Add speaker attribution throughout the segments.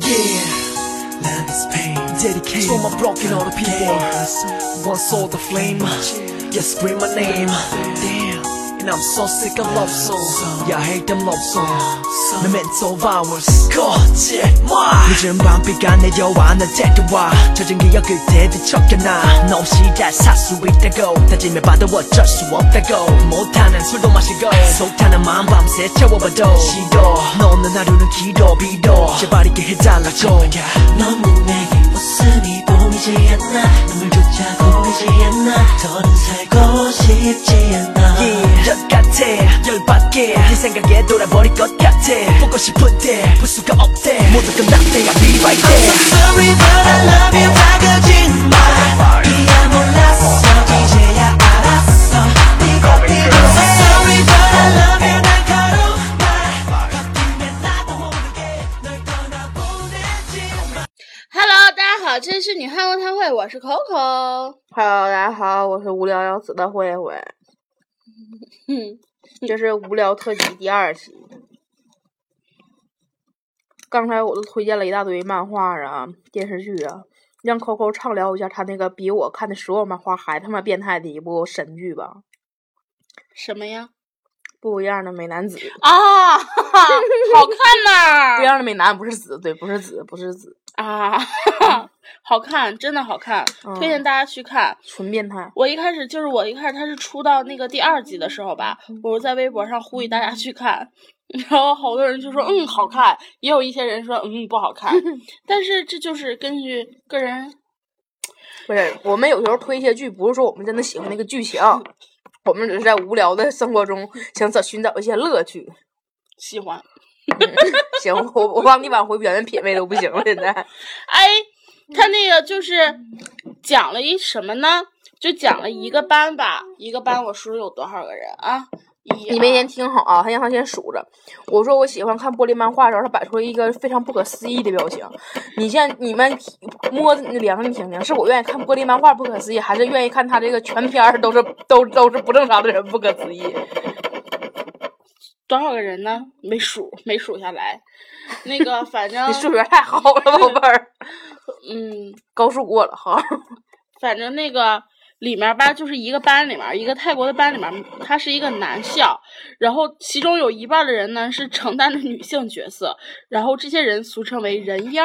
Speaker 1: Yeah, love is pain.
Speaker 2: Dedicated to my broken hearted people. One saw the flame, yeah, scream my name. Damn, and I'm so sick of love songs. Yeah, I hate them love songs. Memento of ours.
Speaker 1: 거짓말.
Speaker 2: 늦은 밤비가 내려와 날 데려와 젖은 기억 그대로 척여놔 너 없이 잘살수 있다고 다짐해 봐도 어쩔 수 없다고 못하는 술도 마시고 속타는 마음 밤새 채워봐도 싫어 너 없는 하루는 길어 빌어 제발 있게 해달라 줘
Speaker 1: 너무 내게 웃음이 보이지 않나. 눈물조차 고이지 않나. 더는 살고 싶지 않아.
Speaker 2: 열 같아 열받게 네 생각에 돌아버릴 것 같아 보고 싶은데 볼 수가 없대 모두 끝났대 I'll be right
Speaker 1: I'm
Speaker 2: there
Speaker 1: so sorry, but I love you. 다 거짓말. 이야 몰랐어. 이제야 알았어. 네가 필요해. I'm so sorry, but I love you. 날카로운 말. 바뀌면 나도 모르게 널 떠나보내지 마.
Speaker 3: Hello，大家好，这里是女汉子开会，我是 Coco。
Speaker 4: Hello，大家好，我是无聊要死的慧慧，
Speaker 3: 嗯，
Speaker 4: 这是无聊特辑第二期。刚才我都推荐了一大堆漫画啊、电视剧啊，让 Coco 畅聊一下他那个比我看的所有漫画还他妈变态的一部神剧吧，
Speaker 3: 什么呀？
Speaker 4: 不一样的美男子，
Speaker 3: 啊， 哈哈好看
Speaker 4: 不
Speaker 3: 呐、
Speaker 4: 一样的美男不是子，对，不是子，不是子，
Speaker 3: 啊！ 哈哈，好看，真的好看，
Speaker 4: 嗯
Speaker 3: 推荐大家去看。
Speaker 4: 纯变态。
Speaker 3: 我一开始就是我一开始它是出到那个第二集的时候吧，我在微博上呼吁大家去看， 然后好多人就说嗯好看，也有一些人说嗯不好 看，但是这就是根据个人
Speaker 4: 不是，我们有时候推一些剧，不是说我们真的喜欢那个剧情，我们只是在无聊的生活中想找寻找一些乐趣。
Speaker 3: 喜欢。
Speaker 4: 行，我我帮你挽回原本品味都不行了，现 在。
Speaker 3: 哎，他
Speaker 4: 嗯
Speaker 3: 那个就是讲了一什么呢？就讲了一个班吧，一个班我数数有多少个人啊？一
Speaker 4: 你们
Speaker 3: 二
Speaker 4: 先听好啊，他让他先数着。我说我喜欢看玻璃漫画的时候，他摆出了一个非常不可思议的表情。你现你们摸着你的良心听听，是我愿意看玻璃漫画不可思议，还是愿意看他这个全片儿都是都都是不正常的人不可思议？
Speaker 3: 多少个人呢？没数，没数下来。那个反正
Speaker 4: 你数学太好了，宝贝儿，
Speaker 3: 嗯，
Speaker 4: 高数过了哈。
Speaker 3: 反正那个里面吧，就是一个班里面，一个泰国的班里面，它是一个男校，然后其中有一半的人呢是承担着女性角色，然后这些人俗称为人妖，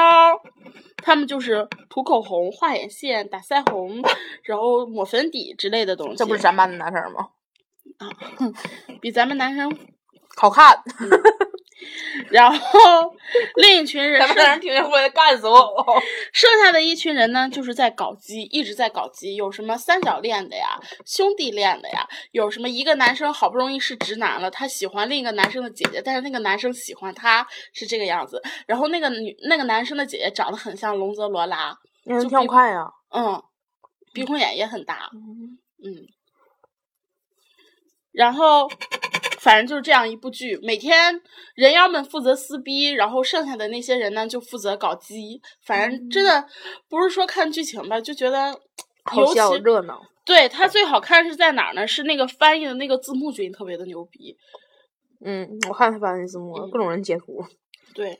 Speaker 3: 他们就是涂口红、画眼线、打腮红，然后抹粉底之类的东西。
Speaker 4: 这不是咱班的男生吗？
Speaker 3: 比咱们男生，
Speaker 4: 好 看，
Speaker 3: 然后另一群人
Speaker 4: 咱
Speaker 3: 是
Speaker 4: 们男生听见会干死我。
Speaker 3: 剩下的一群人呢，就是在搞基，一直在搞基，有什么三角恋的呀，兄弟恋的呀，有什么一个男生好不容易是直男了，他喜欢另一个男生的姐姐，但是那个男生喜欢他是这个样子，然后那个女那个男生的姐姐长得很像龙泽罗拉，
Speaker 4: 你挺好看呀，
Speaker 3: 嗯，鼻孔眼也很大，嗯，然后反正就是这样一部剧，每天人妖们负责撕逼，然后剩下的那些人呢就负责搞基，反正真的不是说看剧情吧，就觉得。
Speaker 4: 嗯好
Speaker 3: 尤其
Speaker 4: 笑热闹。
Speaker 3: 对它最好看是在哪儿呢？是那个翻译的那个字幕君特别的牛逼。
Speaker 4: 嗯，我看他发的字幕了，各种人截图。
Speaker 3: 对，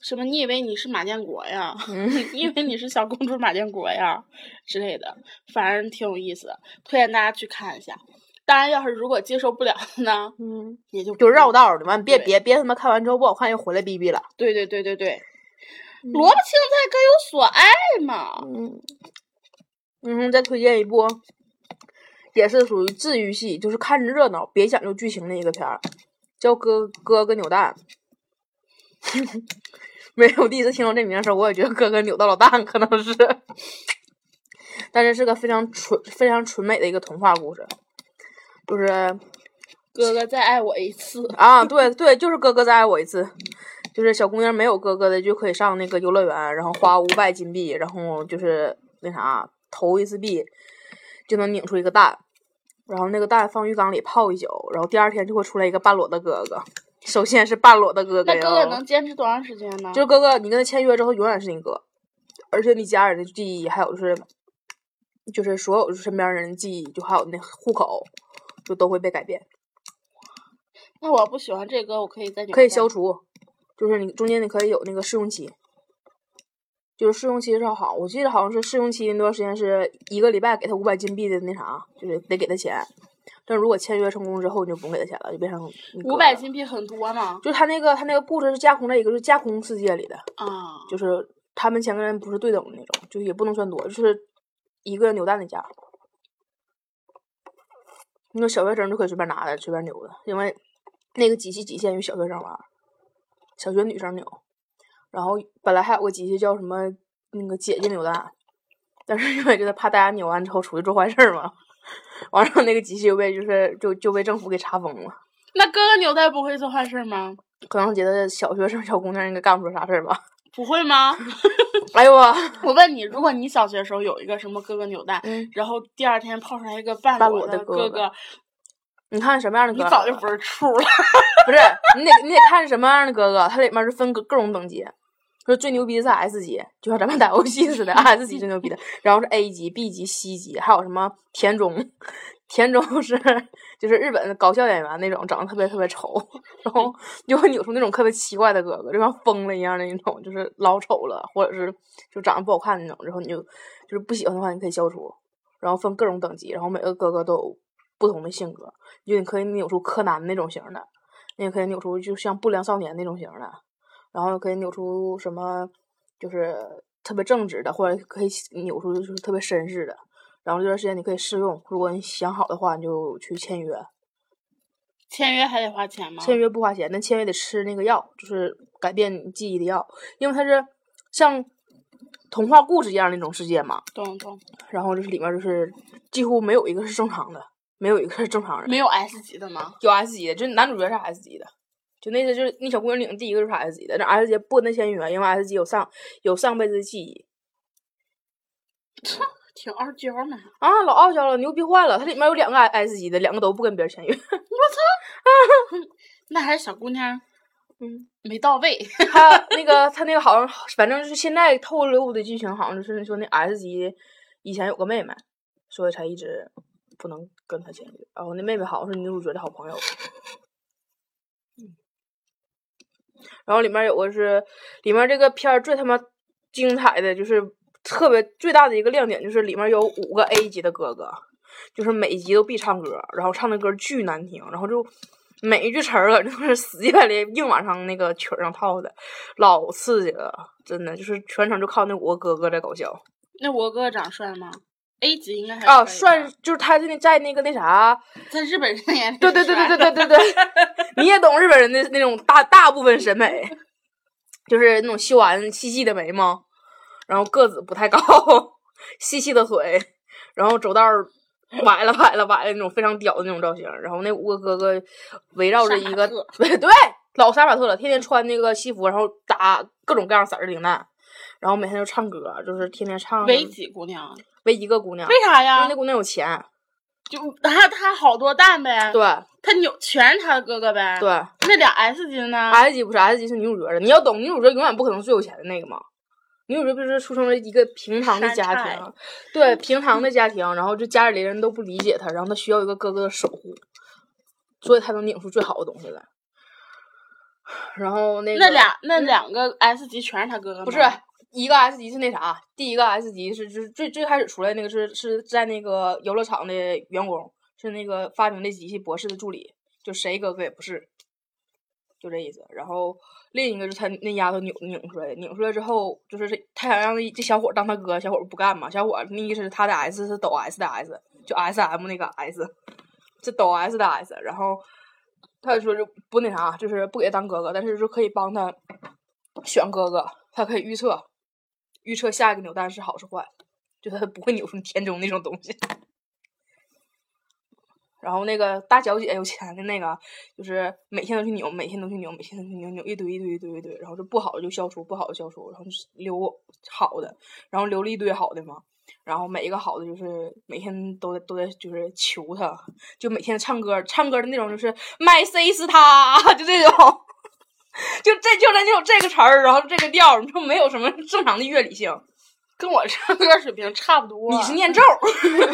Speaker 3: 什么？你以为你是马建国呀？
Speaker 4: 嗯
Speaker 3: 你以为你是小公主马建国呀之类的，反正挺有意思的，推荐大家去看一下。当然，要是如果接受不了的呢，
Speaker 4: 嗯。
Speaker 3: 也就
Speaker 4: 就绕。道儿的，完别
Speaker 3: 对
Speaker 4: 别别他妈看完之后不好看又回来逼逼了。
Speaker 3: 对对对对对，萝卜青菜各有所爱嘛。
Speaker 4: 嗯，嗯，再推荐一部，也是属于治愈系，就是看着热闹，别讲究剧情的一个片儿，叫《哥哥哥扭蛋》。 没有，我第一次听到这名儿的时候，我也觉得哥哥扭到了蛋，可能是，但是是个非常纯、非常纯美的一个童话故事，就是
Speaker 3: 哥哥再爱我一 次。
Speaker 4: 啊，对对，就是哥哥再爱我一次，就是小姑娘没有哥哥的就可以上那个游乐园，然后花五百金币，然后就是那啥投一次币就能拧出一个蛋，然后那个蛋放浴缸里泡一宿，然后第二天就会出来一个半裸的哥哥。首先是半裸的哥
Speaker 3: 那
Speaker 4: 哥哟，
Speaker 3: 哥哥能坚持多长时间呢？
Speaker 4: 哦就是哥哥，你跟他签约之后，永远是你哥，而且你家人的记忆，还有就是，就是所有身边人的记忆，就还有那户口，就都会被改变，
Speaker 3: 那我不喜欢这歌，我可以再扭
Speaker 4: 可以
Speaker 3: 蛋
Speaker 4: 消除。就是你中间你可以有那个试用期，就是试用期是好，我记得好像是试用期那段时间是一个礼拜给他五百金币的那啥，就是得给他钱。但如果签约成功之后，你就不用给他钱了，就变成你哥
Speaker 3: 五百
Speaker 4: 了。
Speaker 3: 金币很多嘛？
Speaker 4: 就是他那个他那个故事是架空在一个是架空世界里的，
Speaker 3: 啊，
Speaker 4: 就是他们钱跟人不是对等的那种，就是也不能算多，就是一个扭蛋的价。那小学生就可以随便拿的，随便扭的，因为那个机器仅限于小学生玩儿，小学女生扭。然后本来还有个机器叫什么那个姐姐扭蛋，但是因为就是怕大家扭完之后出去做坏事儿嘛，完了那个机器就被就是就就被政府给查封了。
Speaker 3: 那哥哥扭蛋不会做坏事吗？
Speaker 4: 可能觉得小学生小姑娘应该干不出啥事儿吧？
Speaker 3: 不会吗？
Speaker 4: 哎呦我，
Speaker 3: 我问你，如果你小学时候有一个什么哥哥扭蛋，
Speaker 4: 嗯
Speaker 3: 然后第二天泡出来一个半
Speaker 4: 半
Speaker 3: 裸
Speaker 4: 裸的哥
Speaker 3: 哥
Speaker 4: 哥你看什么样的
Speaker 3: 你
Speaker 4: 歌？
Speaker 3: 早就不是处了。
Speaker 4: 不是，你得你得看什么样的哥哥，它里面是分各各种等级，说最牛逼的是 S 级，就像咱们打游戏似的，S 级最牛逼的，然后是 A 级、B 级、C 级，还有什么田中，田中是就是日本的搞笑演员那种，长得特别特别丑，然后就会扭出那种特别奇怪的哥哥，就像疯了一样的那种，就是老丑了，或者是就长得不好看那种，然后你就就是不喜欢的话，你可以消除，然后分各种等级，然后每个哥哥都有不同的性格，就你可以扭出柯南那种型的。你也可以扭出就像不良少年那种型儿的，然后可以扭出什么就是特别正直的，或者可以扭出就是特别绅士的。然后这段时间你可以试用，如果你想好的话，你就去签约。
Speaker 3: 签约还得花钱吗？
Speaker 4: 签约不花钱，但签约得吃那个药，就是改变你记忆的药，因为它是像童话故事一样那种世界嘛。
Speaker 3: 懂懂，
Speaker 4: 然后就是里面就是几乎没有一个是正常的，没有一个是正常人。
Speaker 3: 没有 S 级的吗？
Speaker 4: 有 S 级的，就是男主角是 S 级的，就那次就是那小姑娘领的第一个就是 S 级的，那 S 级不跟他签约，因为 S 级有上有上辈子的记忆
Speaker 3: 挺傲娇呢。
Speaker 4: 啊，老傲娇了，牛逼坏了，它里面有两个 S 级的，两个都不跟别人签约，
Speaker 3: 那还是小姑娘，
Speaker 4: 嗯，
Speaker 3: 没到位。
Speaker 4: 他那个他那个好像反正就是现在透露的剧情好像就是说那 S 级以前有个妹妹，所以才一直不能跟他签约，然后那妹妹好像是女主角的好朋友。然后里面有个是，里面这个片儿最他妈精彩的就是特别最大的一个亮点就是里面有五个 A 级的哥哥，就是每一集都必唱歌，然后唱的歌巨难听，然后就每一句词儿啊就是死乞白赖硬往上那个曲儿上套的，老刺激了，真的就是全程就靠那五个哥哥在搞笑
Speaker 3: 那我哥长帅吗？A 级应该还
Speaker 4: 啊，
Speaker 3: 可以
Speaker 4: 帅
Speaker 3: 吧，
Speaker 4: 就是他在那在那个那啥，
Speaker 3: 在日本人眼里，
Speaker 4: 对对对对对对对对，你也懂日本人的那种大大部分审美，就是那种修完细细的眉毛，然后个子不太高，细细的腿，然后走道儿崴了崴了崴了那种非常屌的那种造型。然后那五个哥哥围绕着一个
Speaker 3: 杀马
Speaker 4: 对老杀马特了，天天穿那个西服，然后打各种各样色儿的领带，然后每天就唱歌，就是天天唱
Speaker 3: 为几姑娘？
Speaker 4: 为一个姑娘，
Speaker 3: 为啥
Speaker 4: 因为
Speaker 3: 呀
Speaker 4: 那？姑娘有钱，
Speaker 3: 就他他好多蛋呗，
Speaker 4: 对
Speaker 3: 他扭全是他的哥哥呗。，
Speaker 4: 对。哎
Speaker 3: 那俩 S 级的呢？
Speaker 4: S 级不是 S 级是女主角的，你要懂女主角永远不可能最有钱的那个嘛。女主角不是出生了一个平常的家
Speaker 3: 山
Speaker 4: 庭， 对平常的家庭，然后就家里人都不理解她，然后她需要一个哥哥的守护，所以她能拧出最好的东西来。然后那个
Speaker 3: 那俩那两个 S 级全是他哥哥吗？
Speaker 4: 不是一个 S 级是那啥，第一个 S 级是就是最最开始出来那个是是在那个游乐场的员工，是那个发明这机器博士的助理，就谁哥哥也不是，就这意思。然后另一个就是他那丫头拧拧出来的，拧出来之后就是这他想让这小伙当他哥，小伙不干嘛，小伙那意思是他的 S 是抖 S 的 S，就 S M 那个 S，是抖 S 的 S，然后。他就说就不那啥，就是不给他当哥哥，但是就可以帮他选哥哥，他可以预测，预测下一个扭蛋是好是坏，就他不会扭出田中那种东西。然后那个大小姐有钱的那个，就是每天都去扭，每天都去扭，每天都去扭，扭一堆一堆一堆一堆，然后就不好的就消除，不好的消除，然后就是留好的，然后留了一堆好的嘛。然后每一个好的就是每天都在都在就是求他，就每天唱歌唱歌的那种就是 My C 是他，就这种。就这就在那种这个词儿，然后这个调儿，你说没有什么正常的乐理性。
Speaker 3: 跟我唱歌水平差不多。啊
Speaker 4: 你是念咒儿，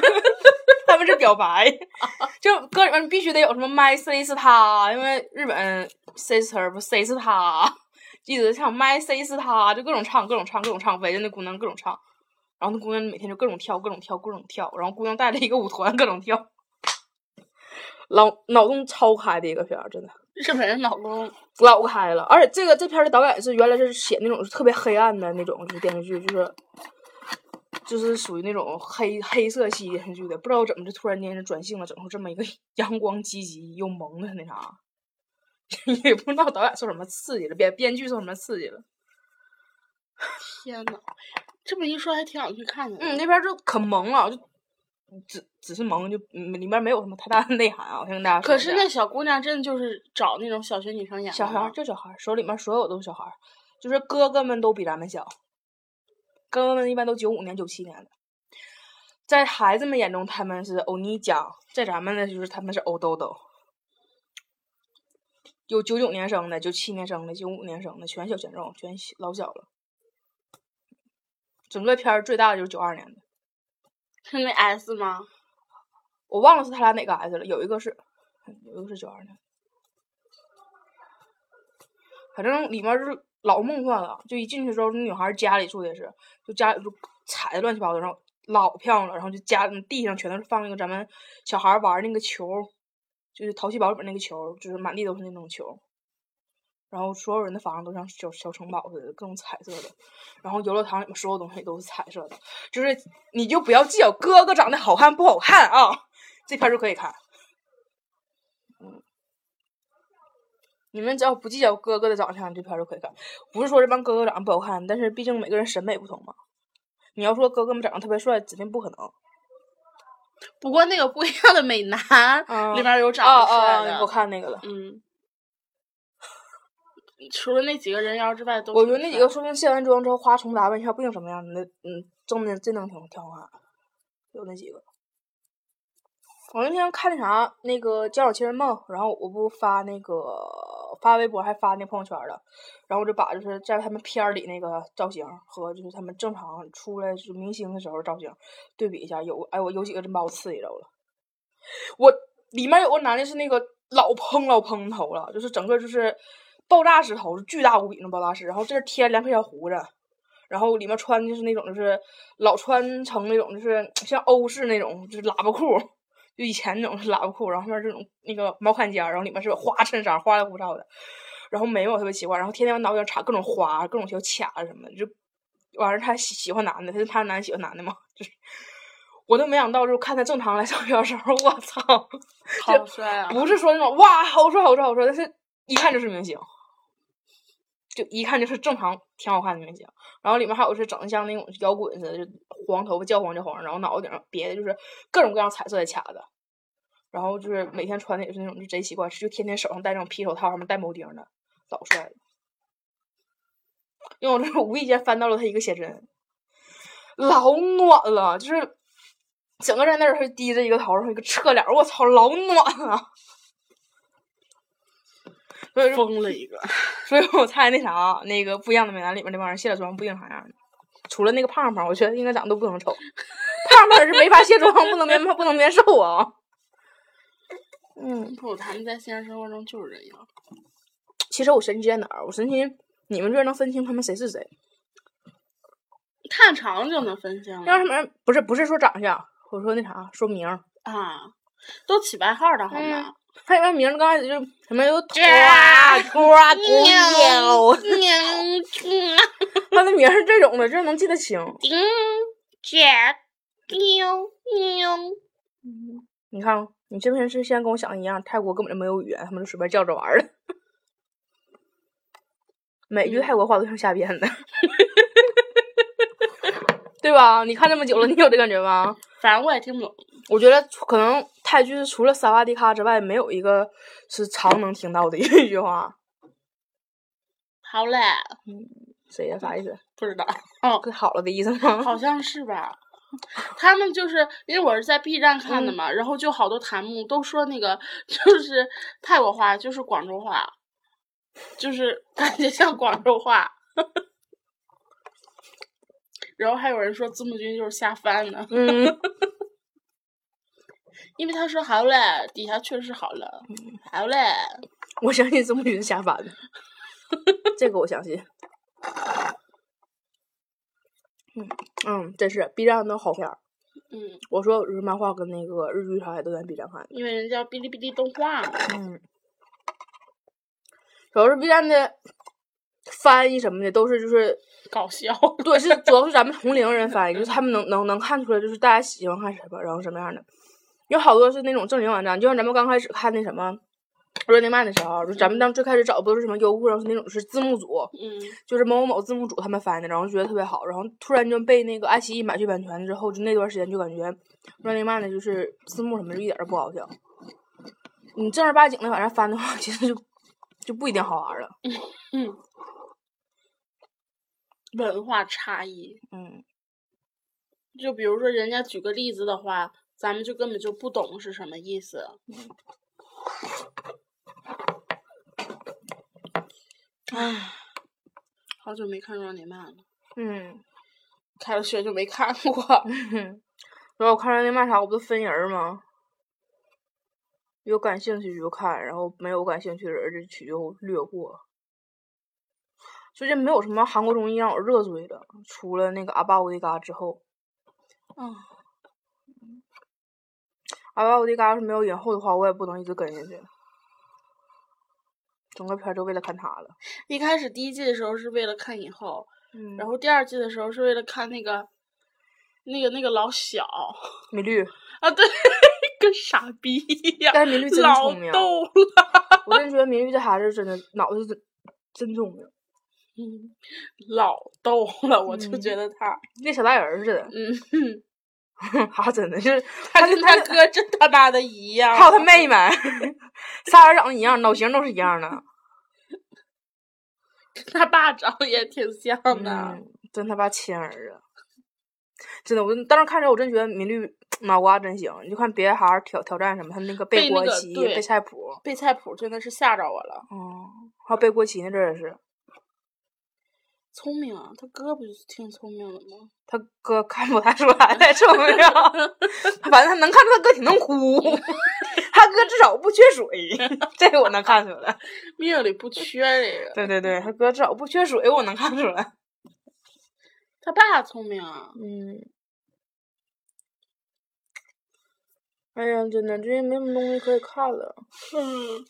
Speaker 4: 他们是表白， 就歌里面必须得有什么 my C 是他，因为日本 sister 不 C 是他，记得唱《My C 是他》，就各种唱，各种唱，各种唱，围着那姑娘各种唱。然后那姑娘每天就各种跳，各种跳，各种跳。然后姑娘带着一个舞团各种跳，脑脑洞超开的一个片儿，真的
Speaker 3: 日本人老公
Speaker 4: 老开了。而且这个这片儿的导演是原来是写那种特别黑暗的那种，就是电视剧，就是就是属于那种黑黑色系电视剧的。不知道怎么就突然间就转性了，整出这么一个 阳光积极又萌的那啥， 也不知道导演受什么刺激了，编编剧受什么刺激了。
Speaker 3: 天呐，这么一说还挺想去看的。
Speaker 4: 嗯，那边儿就可萌了，就只只是萌，就嗯里面没有什么太大的内涵啊。我先跟大家说
Speaker 3: 可
Speaker 4: 一下。
Speaker 3: 是那小姑娘真的就是找那种小学女生演的
Speaker 4: 小孩
Speaker 3: 吗
Speaker 4: 儿，就小孩儿，手里面所有都是小孩儿，就是哥哥们都比咱们小，哥哥们一般都九五年、九七年的，在孩子们眼中他们是欧尼酱，在咱们呢就是他们是欧兜兜。有九九年生的，九七年生的，九五年生的，全小全重，全小老小了。整个片儿最大的就是九二年的，
Speaker 3: 是那 S 吗？
Speaker 4: 我忘了是他俩哪个 S 了，有一个是，有一个是九二年，反正里面就是老梦幻了。就一进去之后，那女孩家里住的也是，就家里就踩的乱七八糟，然后老漂亮了，然后就家地上全都是放那个咱们小孩玩那个球，就是淘气堡里面那个球，就是满地都是那种球。然后所有人的房子都像小小城堡似的，各种彩色的。然后游乐场里面所有东西都是彩色的，就是你就不要计较哥哥长得好看不好看啊。这片儿就可以看。嗯，嗯你们只要不计较哥哥的长相，这片儿就可以看。不是说这帮哥哥长得不好看，但是毕竟每个人审美不同嘛。你要说哥哥们长得特别帅，指定不可能。
Speaker 3: 不过那个不一样的美男、
Speaker 4: 嗯
Speaker 3: 里面有长
Speaker 4: 啊
Speaker 3: 得
Speaker 4: 啊！
Speaker 3: 帅
Speaker 4: 啊
Speaker 3: 的，
Speaker 4: 我看那个了。
Speaker 3: 嗯。除了那几个人妖之外，都
Speaker 4: 我觉
Speaker 3: 挺
Speaker 4: 得那几
Speaker 3: 帅
Speaker 4: 个说不定卸完妆之后，花重打扮一下，不定什么样的，嗯，真的真能挺挺好看。有那几个，我那天看那啥，那个《家有情人梦》，然后我不发那个发微博，还发那朋友圈了，然后我就把就是在他们片儿里那个造型和就是他们正常出来就是明星的时候造型对比一下，有哎我有几个真把我刺激着了，我里面有个男的是那个老蓬老蓬头了，就是整个就是爆炸式头，巨大无比那爆炸式，然后这儿贴两片小胡子，然后里面穿就是那种就是老穿成那种就是像欧式那种就是喇叭裤，就以前那种是喇叭裤，然后上面这种那个毛坎肩儿，然后里面是花衬衫，花里胡哨的，然后眉毛特别奇怪，然后天天往脑袋上插各种花，各种小卡什么的，就完事儿他喜喜欢男的，他就他男喜欢男的嘛，就是。我都没想到，就是看他正常来上学的时候，我操，
Speaker 3: 好帅啊！
Speaker 4: 不是说那种哇好帅好帅好帅，但是一看就是明星，就一看就是正常挺好看的明星。然后里面还有是整的像那种摇滚似的，就黄头发焦黄焦黄，然后脑袋顶上别的就是各种各样彩色的卡子，然后就是每天穿的也是那种就贼奇怪，就天天手上戴那种皮手套，上面戴铆钉的，老帅了。因为我这是无意间翻到了他一个写真，老暖了，就是整个在那儿还低着一个头，然后一个侧脸，我操，老暖了。所以说，
Speaker 3: 疯了一个，
Speaker 4: 所以我猜那啥，那个不一样的美男里面那帮人卸了妆不一定啥样的，除了那个胖胖，我觉得应该长得都不能 丑，胖胖是没法卸妆，不能变不能变瘦啊。 嗯，
Speaker 3: 不，他们在现实生活中就是这样。
Speaker 4: 其实我神奇在哪儿？我神奇，你们这能分清他们谁是谁？
Speaker 3: 看长了就能分清
Speaker 4: 让
Speaker 3: 了
Speaker 4: 他们不是不是说长相，我说那啥说名儿，
Speaker 3: 啊，都起外号的好吗？
Speaker 4: 他们名儿刚开始就什 么有拖
Speaker 3: 啊
Speaker 4: 拖姑
Speaker 3: 喵
Speaker 4: 腰，
Speaker 3: 哦喵喵
Speaker 4: 他的名儿是这种的，这能记得清。
Speaker 3: 叮姐喵喵，
Speaker 4: 你看，你这边是现在跟我想的一样，泰国根本就没有语言，他们就随便叫着玩儿的。每句
Speaker 3: 嗯
Speaker 4: 泰国话都像瞎编的， 对吧？你看这么久了，你有这感觉吗？
Speaker 3: 反正我也听不懂。
Speaker 4: 我觉得可能泰剧除了萨瓦迪卡之外，没有一个是常能听到的一句话。
Speaker 3: 好嘞，
Speaker 4: 谁呀？啥意思？
Speaker 3: 不知道。哦，
Speaker 4: 可好了的意思 吗？
Speaker 3: 好像是吧。他们就是因为我是在 B 站看的嘛，然后就好多弹幕都说那个就是泰国话，就是广州话，就是 感觉像广州话。 然后还有人说字幕君就是瞎翻的，
Speaker 4: 嗯，
Speaker 3: 因为他说好嘞，底下确实好了，好嘞，
Speaker 4: 我相信字幕君是瞎翻的。这个我相信。嗯嗯，真是 B 站的好片儿。
Speaker 3: 嗯，
Speaker 4: 我说日漫画跟那个日剧啥的都在 B 站看的。
Speaker 3: 因为人家哔哩哔哩动画嘛，
Speaker 4: 嗯，主要是 B 站的翻译什么的都是就是
Speaker 3: 搞笑。
Speaker 4: 对，是主要是咱们同龄人翻译，就是他们能能能看出来，就是大家喜欢看什么，然后什么样的。有好多是那种正经网站，就像咱们刚开始看那什么《Running Man》的时候，就咱们当最开始找不是什么优酷，然后是那种是字幕组，
Speaker 3: 嗯，
Speaker 4: 就是某某某字幕组他们翻的，然后觉得特别好，然后突然就被那个爱奇艺买去版权之后，就那段时间就感觉《Running Man》的就是字幕什么的一点儿都不好笑。你正儿八经的往上翻的话，其 实就就不一定好玩了。
Speaker 3: 文化差异，
Speaker 4: 嗯，
Speaker 3: 就比如说人家举个例子的话，咱们就根本就不懂是什么意思。唉，好久没看《Running Man》了，
Speaker 4: 嗯。
Speaker 3: 开了学就没看过。
Speaker 4: 然后我看《running man 啥，我不都分人儿吗？有感兴趣就看，然后没有感兴趣的人就去就略过。最近没有什么韩国综艺让我热追的，除了那个《阿巴乌迪嘎》之后，
Speaker 3: 嗯，
Speaker 4: 《阿巴乌迪嘎》要是没有影后的话，我也不能一直跟下去。整个片儿就为了看他了。
Speaker 3: 一开始第一季的时候是为了看以后，
Speaker 4: 嗯然
Speaker 3: 然
Speaker 4: 后
Speaker 3: 后第二季的时候是为了看那个，那个那个老小
Speaker 4: 米绿，
Speaker 3: 啊，对，跟傻逼一样，
Speaker 4: 但是米绿真
Speaker 3: 老
Speaker 4: 聪明
Speaker 3: 逗了。
Speaker 4: 我真觉得米绿这孩子真的脑子真真聪明，
Speaker 3: 嗯，老逗了，我就
Speaker 4: 嗯
Speaker 3: 觉得他，
Speaker 4: 跟小大人儿似的。
Speaker 3: 嗯，
Speaker 4: 他真的就是
Speaker 3: 他
Speaker 4: 跟
Speaker 3: 跟他哥真他妈的一样。
Speaker 4: 还有他妹妹，仨人长得一样，脑型都是一样的。
Speaker 3: 他爸长得也挺像的。
Speaker 4: 嗯，真他妈亲儿子！真的，我当时看着我真觉得米绿脑瓜真行。你就看别的孩儿挑挑战什么，他那个
Speaker 3: 被
Speaker 4: 背
Speaker 3: 那
Speaker 4: 锅
Speaker 3: 个
Speaker 4: 旗、
Speaker 3: 对
Speaker 4: 背菜谱，
Speaker 3: 背菜谱真的是吓着我了，
Speaker 4: 嗯，还有背锅旗那阵儿也是。
Speaker 3: 聪明啊！他哥不就是挺聪明的吗？
Speaker 4: 他哥看不太出来，太重要。反正他能看出他哥挺能哭， 他哥至少不缺水， 这个我能看出来。
Speaker 3: 命里不缺这个。
Speaker 4: 对对对，他哥至少不缺水，我能看出来。
Speaker 3: 他爸聪明啊，
Speaker 4: 嗯，哎呀，真的，最近没什么东西可以看了。
Speaker 3: 嗯，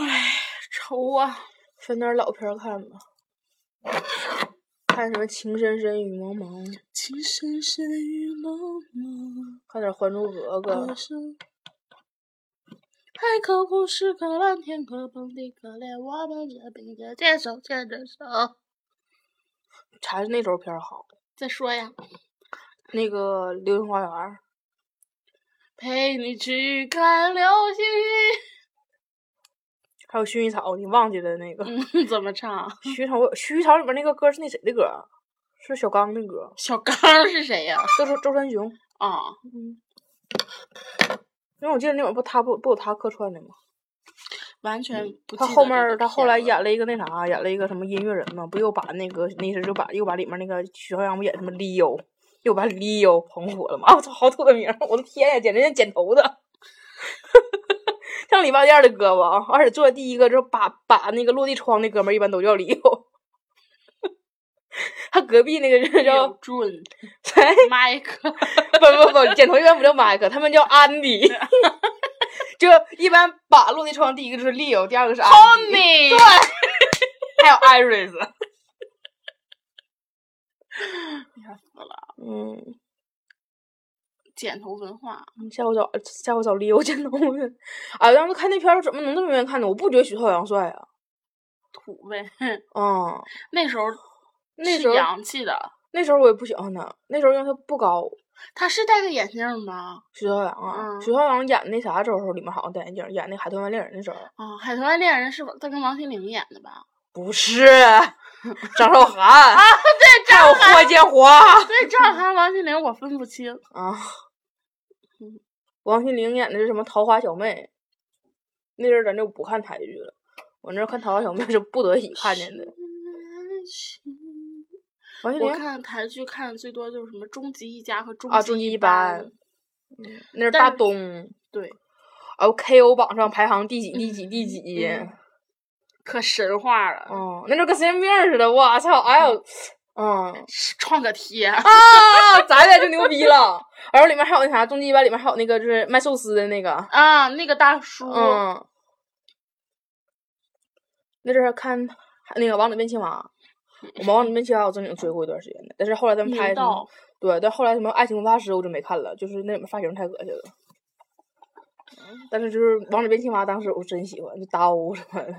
Speaker 3: 唉，愁啊！
Speaker 4: 选点老片儿看吧。看什么《情深深雨蒙蒙》，
Speaker 3: 情深深雨蒙蒙，
Speaker 4: 看点《还珠格格
Speaker 3: 歌》。声。海口故事，格蓝天，可蹦迪，可怜我们肩并肩，牵手牵着手。
Speaker 4: 还是那周片儿好。
Speaker 3: 再说呀，
Speaker 4: 那个《流星花园》，
Speaker 3: 陪你去看流星
Speaker 4: 还有《薰衣草》，你忘记了那个《
Speaker 3: 雨。 嗯，怎么唱？
Speaker 4: 薰衣草》？《薰衣草》里面那个歌是那谁的歌？啊是小刚的歌，
Speaker 3: 小刚是谁呀、
Speaker 4: 周周周传雄。
Speaker 3: 啊？
Speaker 4: 因为我记得那会儿不他不不有他客串的吗？
Speaker 3: 完全不记
Speaker 4: 他
Speaker 3: 得
Speaker 4: 后面
Speaker 3: 这
Speaker 4: 儿
Speaker 3: 个
Speaker 4: 他后来
Speaker 3: 片
Speaker 4: 演了一个那啥，演了一个什么音乐人嘛，不又把那个那时候就把又把里面那个许绍洋不演什么 Leo，又把 Leo 捧火了嘛？ 啊我操，好土的名儿！我的天呀，简直像剪头的，像礼拜天的哥吧，而且做第一个就是把把那个落地窗的哥们儿一般都叫 Leo，他隔壁那个人
Speaker 3: 子
Speaker 4: 叫
Speaker 3: 有 准
Speaker 4: 谁？
Speaker 3: 麦 克，
Speaker 4: 不不不，剪头一般不叫麦克，他们叫安 迪。就一般把落地窗第一个就是 Leo，第二个是安迪。
Speaker 3: 你
Speaker 4: 还有 Iris。嗯，
Speaker 3: 剪头文化，
Speaker 4: 下回找下回找 Leo 见到我。啊，当时看那片儿，我怎么能这么愿意看呢？我不觉得许绍洋帅啊。
Speaker 3: 土呗。
Speaker 4: 嗯，
Speaker 3: 那时候
Speaker 4: 那
Speaker 3: 是
Speaker 4: 时候
Speaker 3: 洋气的，
Speaker 4: 那时候我也不喜欢他，那时候因为他不高。
Speaker 3: 他是戴个眼镜吗？
Speaker 4: 许绍洋啊，
Speaker 3: 嗯
Speaker 4: 许绍洋演那啥时候里面好像戴眼镜，演那《海豚湾恋人》的时候，
Speaker 3: 啊、海豚湾恋人》是王他跟王心凌演的吧？
Speaker 4: 不是张韶涵啊，对，还有霍建华
Speaker 3: 对，张韶涵、王心凌我分不清。
Speaker 4: 啊。王心凌演的是什么《桃花小妹》？那阵儿咱就不看台剧了，我那阵儿看《桃花小妹》是不得已看见的。王
Speaker 3: 嗯
Speaker 4: 心
Speaker 3: 我
Speaker 4: 凌
Speaker 3: 看台剧看的最多就是什么《终极一家》和《终
Speaker 4: 啊，终
Speaker 3: 极
Speaker 4: 极一
Speaker 3: 班》
Speaker 4: 班，嗯那是
Speaker 3: 但
Speaker 4: 大
Speaker 3: 是
Speaker 4: 东，啊
Speaker 3: 对，
Speaker 4: 哦，KO 榜上排行第几第几第 几，
Speaker 3: 嗯可神话了，
Speaker 4: 哦，那就跟神经病似的，我操，哎呦，嗯，
Speaker 3: 创可贴，
Speaker 4: 啊，咱俩就牛逼了。然后里面还有那啥，终极一班里面还有那个就是卖寿司的那个，
Speaker 3: 啊，那个大叔，
Speaker 4: 嗯，那阵儿看那个《王子变青蛙》，我们《王子变青蛙》我正经追过一段时间的，但是后来他们拍
Speaker 3: 明
Speaker 4: 什么
Speaker 3: 道，，
Speaker 4: 对，但后来什么《爱情魔法师》我就没看了，就是那里面发型太恶心了。但是就是《王子变青蛙》，当时我真喜欢，就达欧什么的，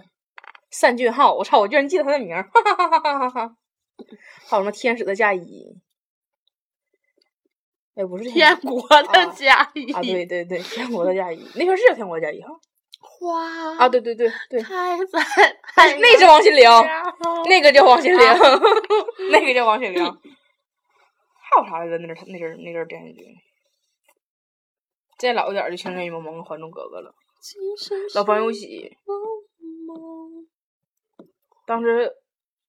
Speaker 4: 单俊浩，我操，我居然记得他的名儿，哈哈哈哈哈哈！还有什么《天使的嫁衣》？哎，不是
Speaker 3: 天国的
Speaker 4: 啊
Speaker 3: 嫁衣，
Speaker 4: 啊，对对对，天国的嫁衣，那边是叫天国的嫁衣哈。
Speaker 3: 花
Speaker 4: 啊，对对对对，
Speaker 3: 开在
Speaker 4: 那那是王心凌，那个叫王心凌
Speaker 3: 啊，
Speaker 4: 那个叫王心凌。 还有啥来着？那阵儿那阵儿那阵儿电视剧，再老一点儿就《情深深雨蒙蒙》《还珠格格》了，《老朋友喜》。当时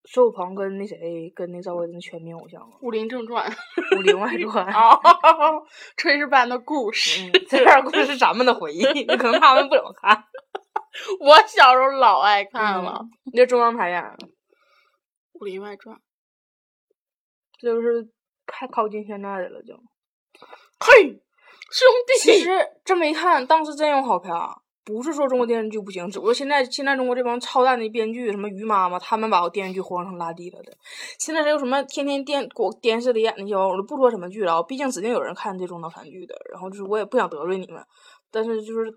Speaker 4: 苏有朋跟那谁跟那赵薇真全民偶像啊，
Speaker 3: 《武林正传》
Speaker 4: 《武 林外传》
Speaker 3: 哦，炊事班的故事。
Speaker 4: 嗯，这段故事是咱们的回忆， 可能他们不怎么看。
Speaker 3: 我小时候老爱
Speaker 4: 嗯
Speaker 3: 看了《
Speaker 4: 那中央台演的，
Speaker 3: 武林外传》。
Speaker 4: 这就是太靠近现在的了，就。
Speaker 3: 嘿，兄
Speaker 4: 其
Speaker 3: 弟，
Speaker 4: 实这么一看，当时真有好片儿，不是说中国电视剧不行，只不过现在现在中国这帮操蛋的编剧，什么于妈妈，他们把我电视剧活成拉低了的。现在谁有什么天天电国电视里演那些玩意儿，我就不说什么剧了啊，毕竟指定有人看这种脑残剧的。然后就是我也不想得罪你们，但是就是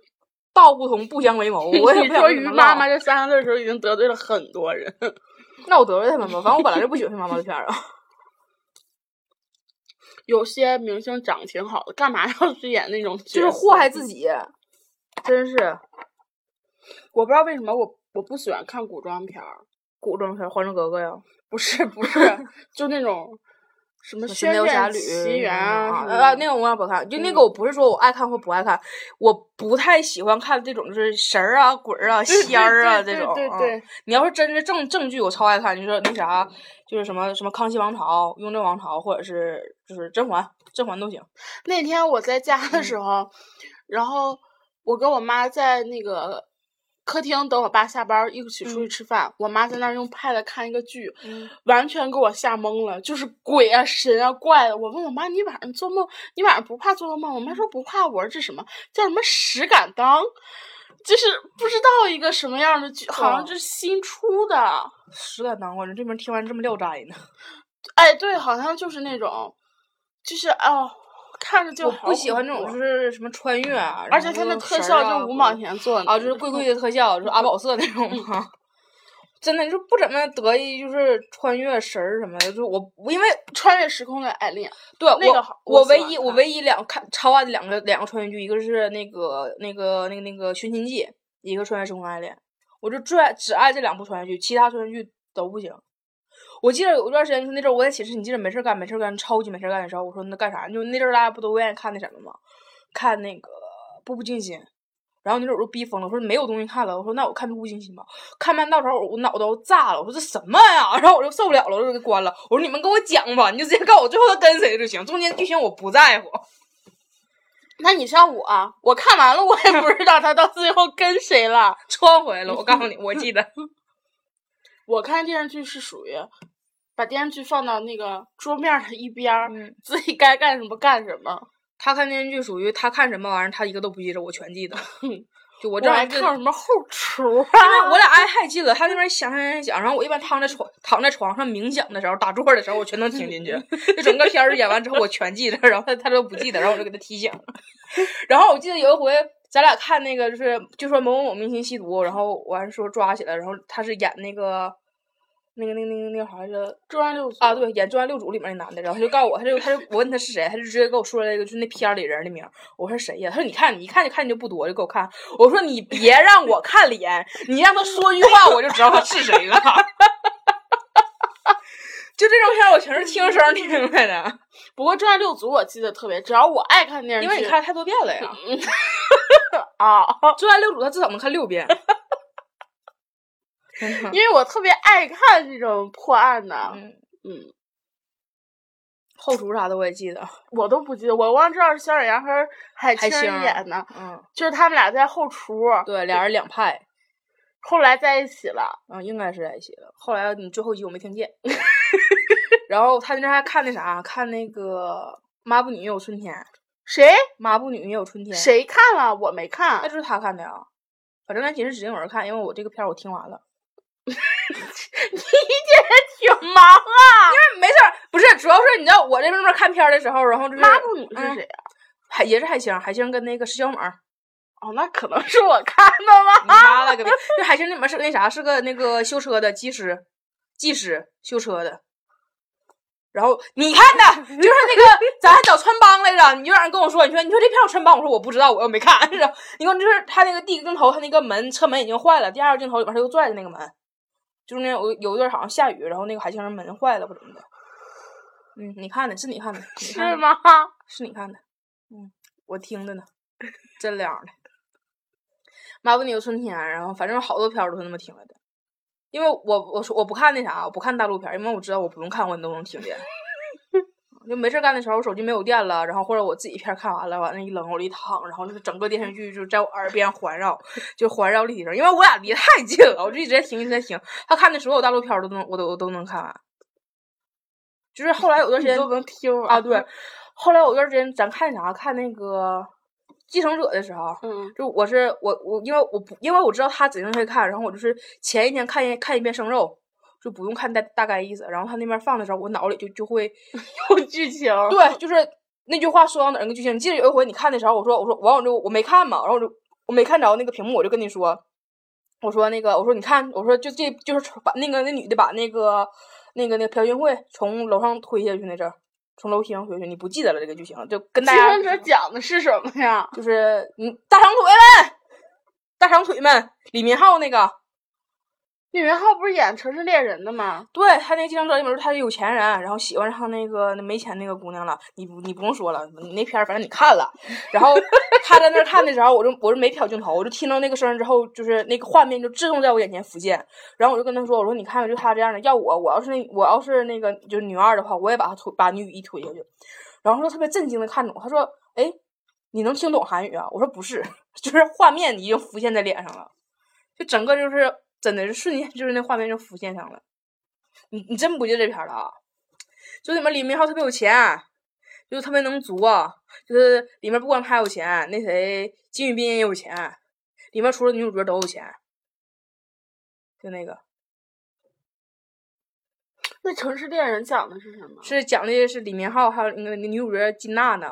Speaker 4: 道不同不相为谋， 我也
Speaker 3: 你
Speaker 4: 不想
Speaker 3: 说“
Speaker 4: 跟你
Speaker 3: 于
Speaker 4: 们
Speaker 3: 妈
Speaker 4: 唠
Speaker 3: 妈”，这三个字的时候，已经得罪了很多人。
Speaker 4: 那我得罪他们吧。反正我本来就不喜欢妈妈的片儿啊。
Speaker 3: 有些明星长挺好的，干嘛要去演那种角色？
Speaker 4: 就是祸害自己，真是
Speaker 3: 我不知道为什么我我不喜欢看古装片儿，
Speaker 4: 古装片儿《还珠格格》呀，
Speaker 3: 不是不 是，就那种什么《
Speaker 4: 神
Speaker 3: 轩
Speaker 4: 雕侠
Speaker 3: 辕
Speaker 4: 侣
Speaker 3: 奇缘》呃
Speaker 4: 啊
Speaker 3: 什，么
Speaker 4: 啊，
Speaker 3: 的嗯
Speaker 4: 那个我也不看，就那个我不是说我爱看或不爱看，我不太喜欢看这种就是神儿啊、鬼儿啊、
Speaker 3: 对对
Speaker 4: 仙儿啊
Speaker 3: 对
Speaker 4: 这种。
Speaker 3: 对对
Speaker 4: 嗯
Speaker 3: 对，
Speaker 4: 你要是真是正正剧，我超爱看，你说那啥，就是什么什么康熙王朝、雍正王朝，或者是就是甄嬛，甄嬛都行。
Speaker 3: 那天我在家的
Speaker 4: 嗯
Speaker 3: 时候，然后我跟我妈在那个客厅等我爸下班儿一起
Speaker 4: 嗯
Speaker 3: 出去吃饭，我妈在那儿用 pad 看一个剧，完全给我吓懵了，就是鬼啊神啊怪的。我问我妈：“你晚上做梦，你晚上不怕做噩梦？”我妈说：“
Speaker 4: 嗯
Speaker 3: 不怕。”我说：“这什么叫什么石敢当？”就是不知道一个什么样的剧，好像
Speaker 4: 哦
Speaker 3: 就是新出的。
Speaker 4: 实在难怪人这名听完这么聊斋呢，
Speaker 3: 哎，对，好像就是那种，就是哦，看着就
Speaker 4: 我
Speaker 3: 好
Speaker 4: 不喜欢这
Speaker 3: 恐
Speaker 4: 种
Speaker 3: 怖
Speaker 4: 就是什么穿越啊，
Speaker 3: 而且它的特效就五毛
Speaker 4: 钱。
Speaker 3: 钱做的
Speaker 4: 啊，就是贵贵的特效，就是阿宝色那种嘛。 真的就不怎么得意，就是穿越神儿什么的，就是我我因为
Speaker 3: 穿越时空的爱恋，
Speaker 4: 对
Speaker 3: 那个好我
Speaker 4: 我我
Speaker 3: 喜
Speaker 4: 唯
Speaker 3: 欢
Speaker 4: 一我
Speaker 3: 看
Speaker 4: 唯一两看超爱的两个两个穿越剧，一个是那个那个那个那个《寻秦记》，一个《穿越时空爱恋》，我就最爱只爱这两部穿越剧，其他穿越剧都不行。我记得有一段时间，就是那阵儿我在寝室，你记得没事儿干没事儿干，超级没事儿干的时候，我说那干啥？就那阵儿大家不都愿意看那什么吗？看那个《步步惊心》。然后那阵儿我就逼疯了，我说没有东西看了，我说那我看《步步惊心》吧。看半到头儿，我脑都炸了，我说这什么呀？然后我就受不了了，我就给关了。我说你们给我讲吧，你就直接告诉我最后他跟谁就行，中间剧情我不在乎。
Speaker 3: 那你像我、我看完了，我也不知道他到最后跟谁了。
Speaker 4: 穿回了，我告诉你，我记得
Speaker 3: 我看电视剧是属于把电视剧放到那个桌面儿的一边儿，
Speaker 4: 嗯
Speaker 3: 自己该干什么干什么。
Speaker 4: 他看电视剧属于他看什么玩意儿，他一个都不记着，我 全记得。就我
Speaker 3: 我
Speaker 4: 这
Speaker 3: 还
Speaker 4: 样
Speaker 3: 看
Speaker 4: 就。
Speaker 3: 什么后厨 啊？
Speaker 4: 因为我俩挨太近了，他那边想想想想，然后我一般躺在床躺在床上冥想的时候，打坐的时候，我全能听进去。就整个片儿演完之后，我全记得，然后他他都不记得，然后我就给他提醒了。 然后我记得有一回，咱俩看那个就是就说某某某明星吸毒，然后我还说抓起来，然后他是演那个那个那个那个那个好像是
Speaker 3: 中央六组
Speaker 4: 啊，，对，演《重案六组》里面那男的，然后他就告诉我，他就他就我问他是谁，他就直接给我说了一个就是那片儿里人的名儿，我说谁呀？他说你看你一看就看你就不多，就给我看。我说你别让我看脸，你让他说句话我就知道他是谁了。 就这种片儿我全是听声儿听来的，
Speaker 3: 不过中央六组我记得特别，只要我爱看电视
Speaker 4: 因
Speaker 3: 剧，
Speaker 4: 为你看太多遍了呀。
Speaker 3: 啊，
Speaker 4: 《重案六组》他至少能看六遍。 真的
Speaker 3: 因为我特别爱看这种破案的，
Speaker 4: 嗯
Speaker 3: 嗯
Speaker 4: 后厨啥的我也记得，
Speaker 3: 我都不记得，我光知道是小沈阳和海
Speaker 4: 海
Speaker 3: 清
Speaker 4: 清儿
Speaker 3: 演的，
Speaker 4: 嗯，
Speaker 3: 就是他们俩在后厨，
Speaker 4: 对，俩人两派，
Speaker 3: 后来在一起了，
Speaker 4: 啊，应该是在一起了。后来你最后一集我没听见。 然后他那还看那啥，看那个《抹布女也有春天》，《
Speaker 3: 谁
Speaker 4: 抹布女也有春天》？？
Speaker 3: 谁看了？我没
Speaker 4: 那
Speaker 3: 看，
Speaker 4: 就是他看的啊。反正那集是指定有人看，因为我这个片儿我听 完了。
Speaker 3: 你也挺忙啊。
Speaker 4: 没事儿，不是，主要是你知道我这边那边看片儿的时候，然后就是
Speaker 3: 抹布女是
Speaker 4: 嗯
Speaker 3: 谁啊？
Speaker 4: 海也是海星，海星跟那个石小猛儿，
Speaker 3: 哦，那可能是我看的
Speaker 4: 你
Speaker 3: 吧。
Speaker 4: 妈了个逼！ 这海星那里面是个那啥，是个那个修车的技师，技师修车的。然后你看的，就是那个咱还找穿帮来着，你就让人跟我说，你说你说这片有穿帮，我说我不知道，我又没看。 然后你看就是他那个第一个镜头，他那个门车门已经坏了，第二个镜头里面他又拽着那个门，就是那有有一段好像下雨，然后那个海星人门坏了不怎么的。嗯，你看的是你看的，你看的
Speaker 3: 是 吗？
Speaker 4: 是你看的，嗯，我听的呢， 真亮的。妈不你有春天，啊然后反正好多片儿都是那么听来的，因为我我说我不看那啥，我不看大陆片儿，因为我知道我不用看我都能听见。 就没事儿干的时候，我手机没有电了，然后或者我自己片儿看完了，完了，一冷往里一躺，然后就是整个电视剧就在我耳边环绕， 就环绕立体声，因为我俩离太近了，我就一直在听，一直在听。他看的所有大陆片儿都能，我都我都能看完。就是后来有段时
Speaker 3: 你
Speaker 4: 间
Speaker 3: 都能听完
Speaker 4: 啊，对。后来有段时间咱看啥？看那个《继承者》的时候，
Speaker 3: 嗯，
Speaker 4: 就我是我我因为我不因为我知道他指定会看，然后我就是前一天看一看一遍生肉，就不用看大大概意思。然后他那边放的时候，我脑里就就会
Speaker 3: 有剧情。
Speaker 4: 对，就是那句话说到哪儿那个剧情。你记得有一回你看的时候，我说我说完我就我没看嘛，然后我就我没看着那个屏幕，我就跟你说，我说那个我说你看我说就这就是把那个那女的把那个那个那个朴槿惠从楼上推下去那阵儿，从楼梯上推下去，你不记得了这个剧情，就跟大
Speaker 3: 继
Speaker 4: 家
Speaker 3: 承者讲的是什么呀？
Speaker 4: 就是嗯大长腿们，大长腿们，李明浩那个。
Speaker 3: 李元昊不是演《城市猎人》的吗？
Speaker 4: 对他那个继承者里面，他是有钱人，然后喜欢上那个那没钱那个姑娘了。你不你不用说了，你那片儿反正你看了。然后他在那儿看的时候，我就我就没瞟镜头，我就听到那个声儿之后，就是那个画面就自动在我眼前浮现。然后我就跟他说：“我说你看，就他这样的，要我我要是那我要是那个就是女二的话，我也把他推把女一推下去。”然后他就特别震惊的看着我，他说：“哎，你能听懂韩语啊？”我说：“不是， 就是画面已经浮现在脸上了，就整个就是真的是瞬间就是那画面就浮现上了。”你你真不记得这片儿了啊？就里面李明浩特别有钱，就是特别能足啊，就是里面不光他有钱，那谁金宇彬也有钱，里面除了女主角都有钱，就那个
Speaker 3: 那《城市猎人》讲的是什么？
Speaker 4: 是讲的是李明浩还有那个女主角金娜娜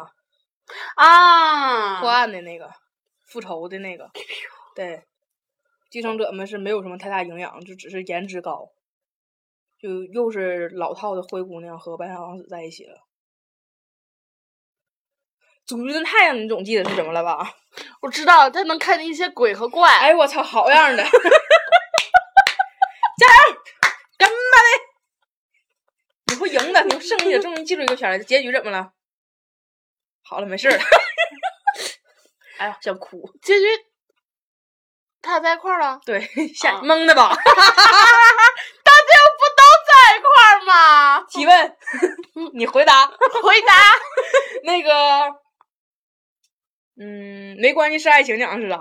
Speaker 3: 啊哎
Speaker 4: 破案的那个复仇的那个，对，继承者们是没有什么太大营养，就只是颜值高，就又是老套的灰姑娘和白马王子在一起了。总之，太阳你总记得是怎么了吧？
Speaker 3: 我知道他能看见一些鬼和怪。
Speaker 4: 哎呦我操，好样的！加油，干巴的！你会赢的，你会胜利的。终于记住一个片儿了，结局怎么了？好了，没事儿了。哎呀，想哭。
Speaker 3: 结局他在一块儿了，
Speaker 4: 对， 吓
Speaker 3: 啊
Speaker 4: 人懵的吧？
Speaker 3: 大家不都在一块儿吗？
Speaker 4: 提问， 你回答。
Speaker 3: 嗯 回答，
Speaker 4: 那个，嗯，没关系，是爱情讲的是啥？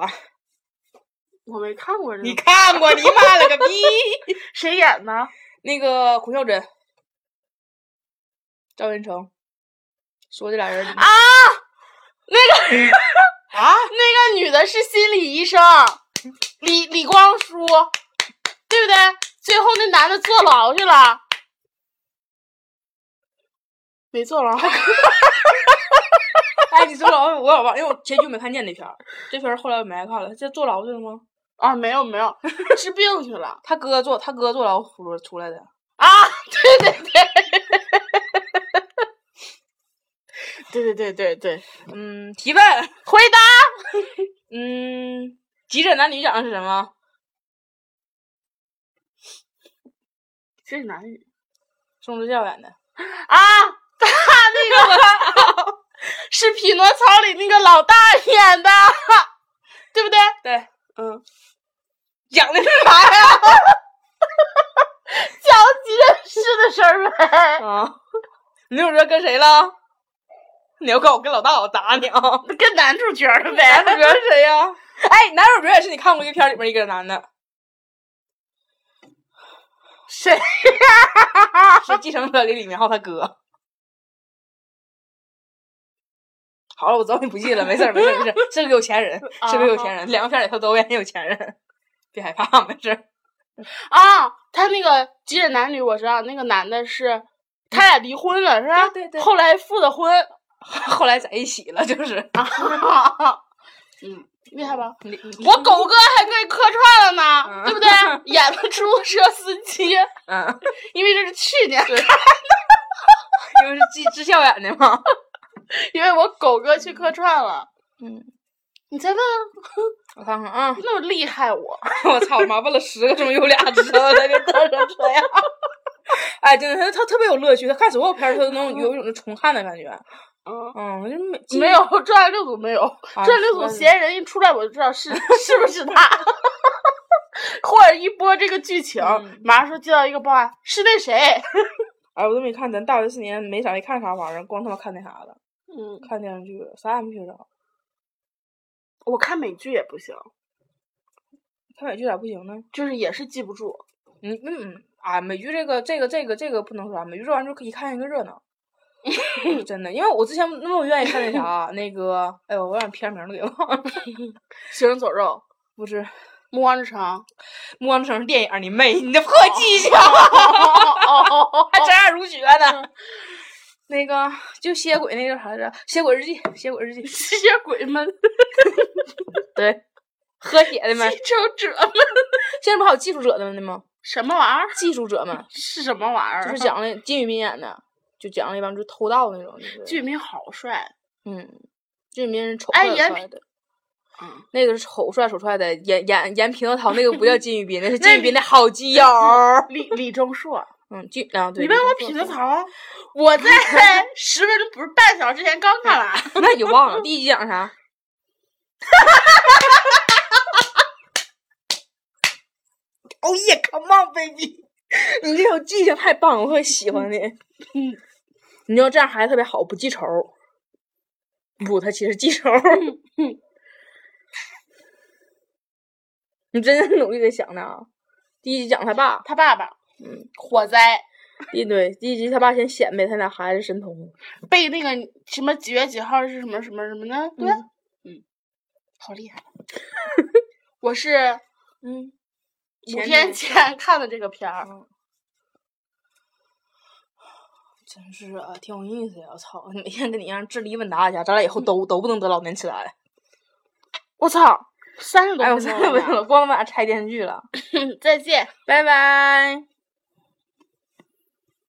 Speaker 3: 我没看啊过这
Speaker 4: 你
Speaker 3: 个，
Speaker 4: 看过？你妈了个逼！
Speaker 3: 谁演的？
Speaker 4: 那个孔孝真、赵寅成，说这俩人
Speaker 3: 啊，那个
Speaker 4: 啊，
Speaker 3: 那个女的是心理医生，李李光洙，对不对？最后那男的坐牢去了，没坐牢。
Speaker 4: 哎，你坐牢，我也忘，因为我结局没看见这片儿，这片儿后来我没爱看了。这坐牢去了吗？
Speaker 3: 啊，没有没有，治病去了
Speaker 4: 他哥坐，他哥坐牢出来出来的。
Speaker 3: 啊！对对对，对对对对对，
Speaker 4: 嗯，提问，
Speaker 3: 回答
Speaker 4: 嗯，急诊男女讲的是什么？
Speaker 3: 这是男语
Speaker 4: 宋智孝演的。
Speaker 3: 啊，他那个是《匹诺曹》里那个老大演的，对不对？
Speaker 4: 对，
Speaker 3: 嗯，
Speaker 4: 讲的是啥呀？
Speaker 3: 讲急诊 室的事儿呗，
Speaker 4: 啊， 你那会儿跟谁了？你要跟我跟老大，我打你啊！
Speaker 3: 跟男主角儿的
Speaker 4: 男主
Speaker 3: 呗。
Speaker 4: 角是谁呀、哎，男主角也是你看过一个片儿里边一个男的，是 是《继承者》里李明浩他哥。好了，我早你不记了，没事儿，没事儿，没事儿，是个有钱 人，是个有钱人，两个片儿里头都演有钱人，别害怕，没事儿。
Speaker 3: 啊，他那个《极简男女》，我知道那个男的是，他俩离婚了是吧？
Speaker 4: 对对对
Speaker 3: 后来复的 婚，
Speaker 4: 后来在一起了，就是。
Speaker 3: 嗯，厉害吧？
Speaker 4: 李
Speaker 3: 我狗哥还跟人客串了呢，
Speaker 4: 嗯
Speaker 3: 对不对？ 演的出租车司机，
Speaker 4: 嗯，
Speaker 3: 因为这是去年，
Speaker 4: 因为是技智孝演的嘛。
Speaker 3: 因为我狗哥去客串了。
Speaker 4: 嗯，
Speaker 3: 你再问啊，
Speaker 4: 我看看啊，
Speaker 3: 那么厉害我，
Speaker 4: 我操，我妈问了十个，中有俩知道他给嘚瑟这样。哎，真的，他他特别有乐趣，他看所有片儿，他都能有一种那重看的感觉。
Speaker 3: 嗯，
Speaker 4: 嗯，我就没
Speaker 3: 没有 《转六组》没有，
Speaker 4: 啊
Speaker 3: 《转六组》
Speaker 4: 说
Speaker 3: 嫌疑人一出来我就知道是是不是他， 或者一播这个剧情，
Speaker 4: 嗯
Speaker 3: 马上说接到一个报案，是那谁？
Speaker 4: 哎，我都没看，咱大学四年没啥没看啥玩意儿，光他妈看那啥了，
Speaker 3: 嗯，
Speaker 4: 看电视剧了，啥也没学着。
Speaker 3: 我看美剧也不行，
Speaker 4: 看美剧咋不行呢？
Speaker 3: 就是也是记不住。
Speaker 4: 你嗯嗯啊，美剧这个这个这个这个不能说啥，啊美剧这玩意儿就可以看一个热 闹。真的，因为我之前那么愿意看那啥，啊那个，哎呦，我把片名都给忘 了，
Speaker 3: 行尸走肉、
Speaker 4: 不是《
Speaker 3: 暮光之城，哦
Speaker 4: 暮光之城》是电影儿，你妹，你的破记性！
Speaker 3: 哦哦
Speaker 4: 还真爱如雪呢。那个 就吸血鬼那个叫啥来着，《吸血鬼日记》，《吸血鬼日记》
Speaker 3: 吸血鬼们、
Speaker 4: 对，喝血的们
Speaker 3: 继，承者们，
Speaker 4: 现在不还有技术者的们呢吗？
Speaker 3: 什么玩意儿？
Speaker 4: 技术者们
Speaker 3: 是什么玩意儿？
Speaker 4: 就是 讲了金宇彬演的，就讲了一帮就是偷盗那种，就是
Speaker 3: 俊明好帅，
Speaker 4: 嗯，金宇彬是丑
Speaker 3: 哎
Speaker 4: 帅
Speaker 3: 严
Speaker 4: 帅的
Speaker 3: 嗯。
Speaker 4: 那个是丑帅丑帅的，演演演匹诺曹那个不叫金宇彬，那是
Speaker 3: 那
Speaker 4: 金宇彬的好基友儿。
Speaker 3: 李李钟硕。
Speaker 4: 嗯，金啊，对，
Speaker 3: 你问我匹诺 曹，我在十分钟不是半小时之前刚看 完。
Speaker 4: 那你就忘了第一集讲啥？哦耶，Come on baby，你这种记性太棒了，我会喜欢你。嗯你知道这样孩子特别好，不记仇。不，他其实记仇。嗯 你真的努力的想的啊！第一集讲他爸，
Speaker 3: 他爸爸，嗯，火灾
Speaker 4: 一对第一集他爸先显摆他俩孩子神童，
Speaker 3: 被那个什么几月几号是什么什么什么呢？对吧，嗯，好厉害。 我是
Speaker 4: 嗯，
Speaker 3: 五天前嗯看的这个片儿，
Speaker 4: 真是啊，挺有意思呀！我操，每天跟你一样智力问答一下，咱俩以
Speaker 3: 嗯
Speaker 4: 后都都不能得老年哎痴呆。
Speaker 3: 我操，三十多
Speaker 4: 哎，我
Speaker 3: 分
Speaker 4: 操，
Speaker 3: 钟
Speaker 4: 不
Speaker 3: 了
Speaker 4: 行
Speaker 3: 呢，
Speaker 4: 了，光他妈拆电视剧了。
Speaker 3: 再见。
Speaker 4: 拜拜。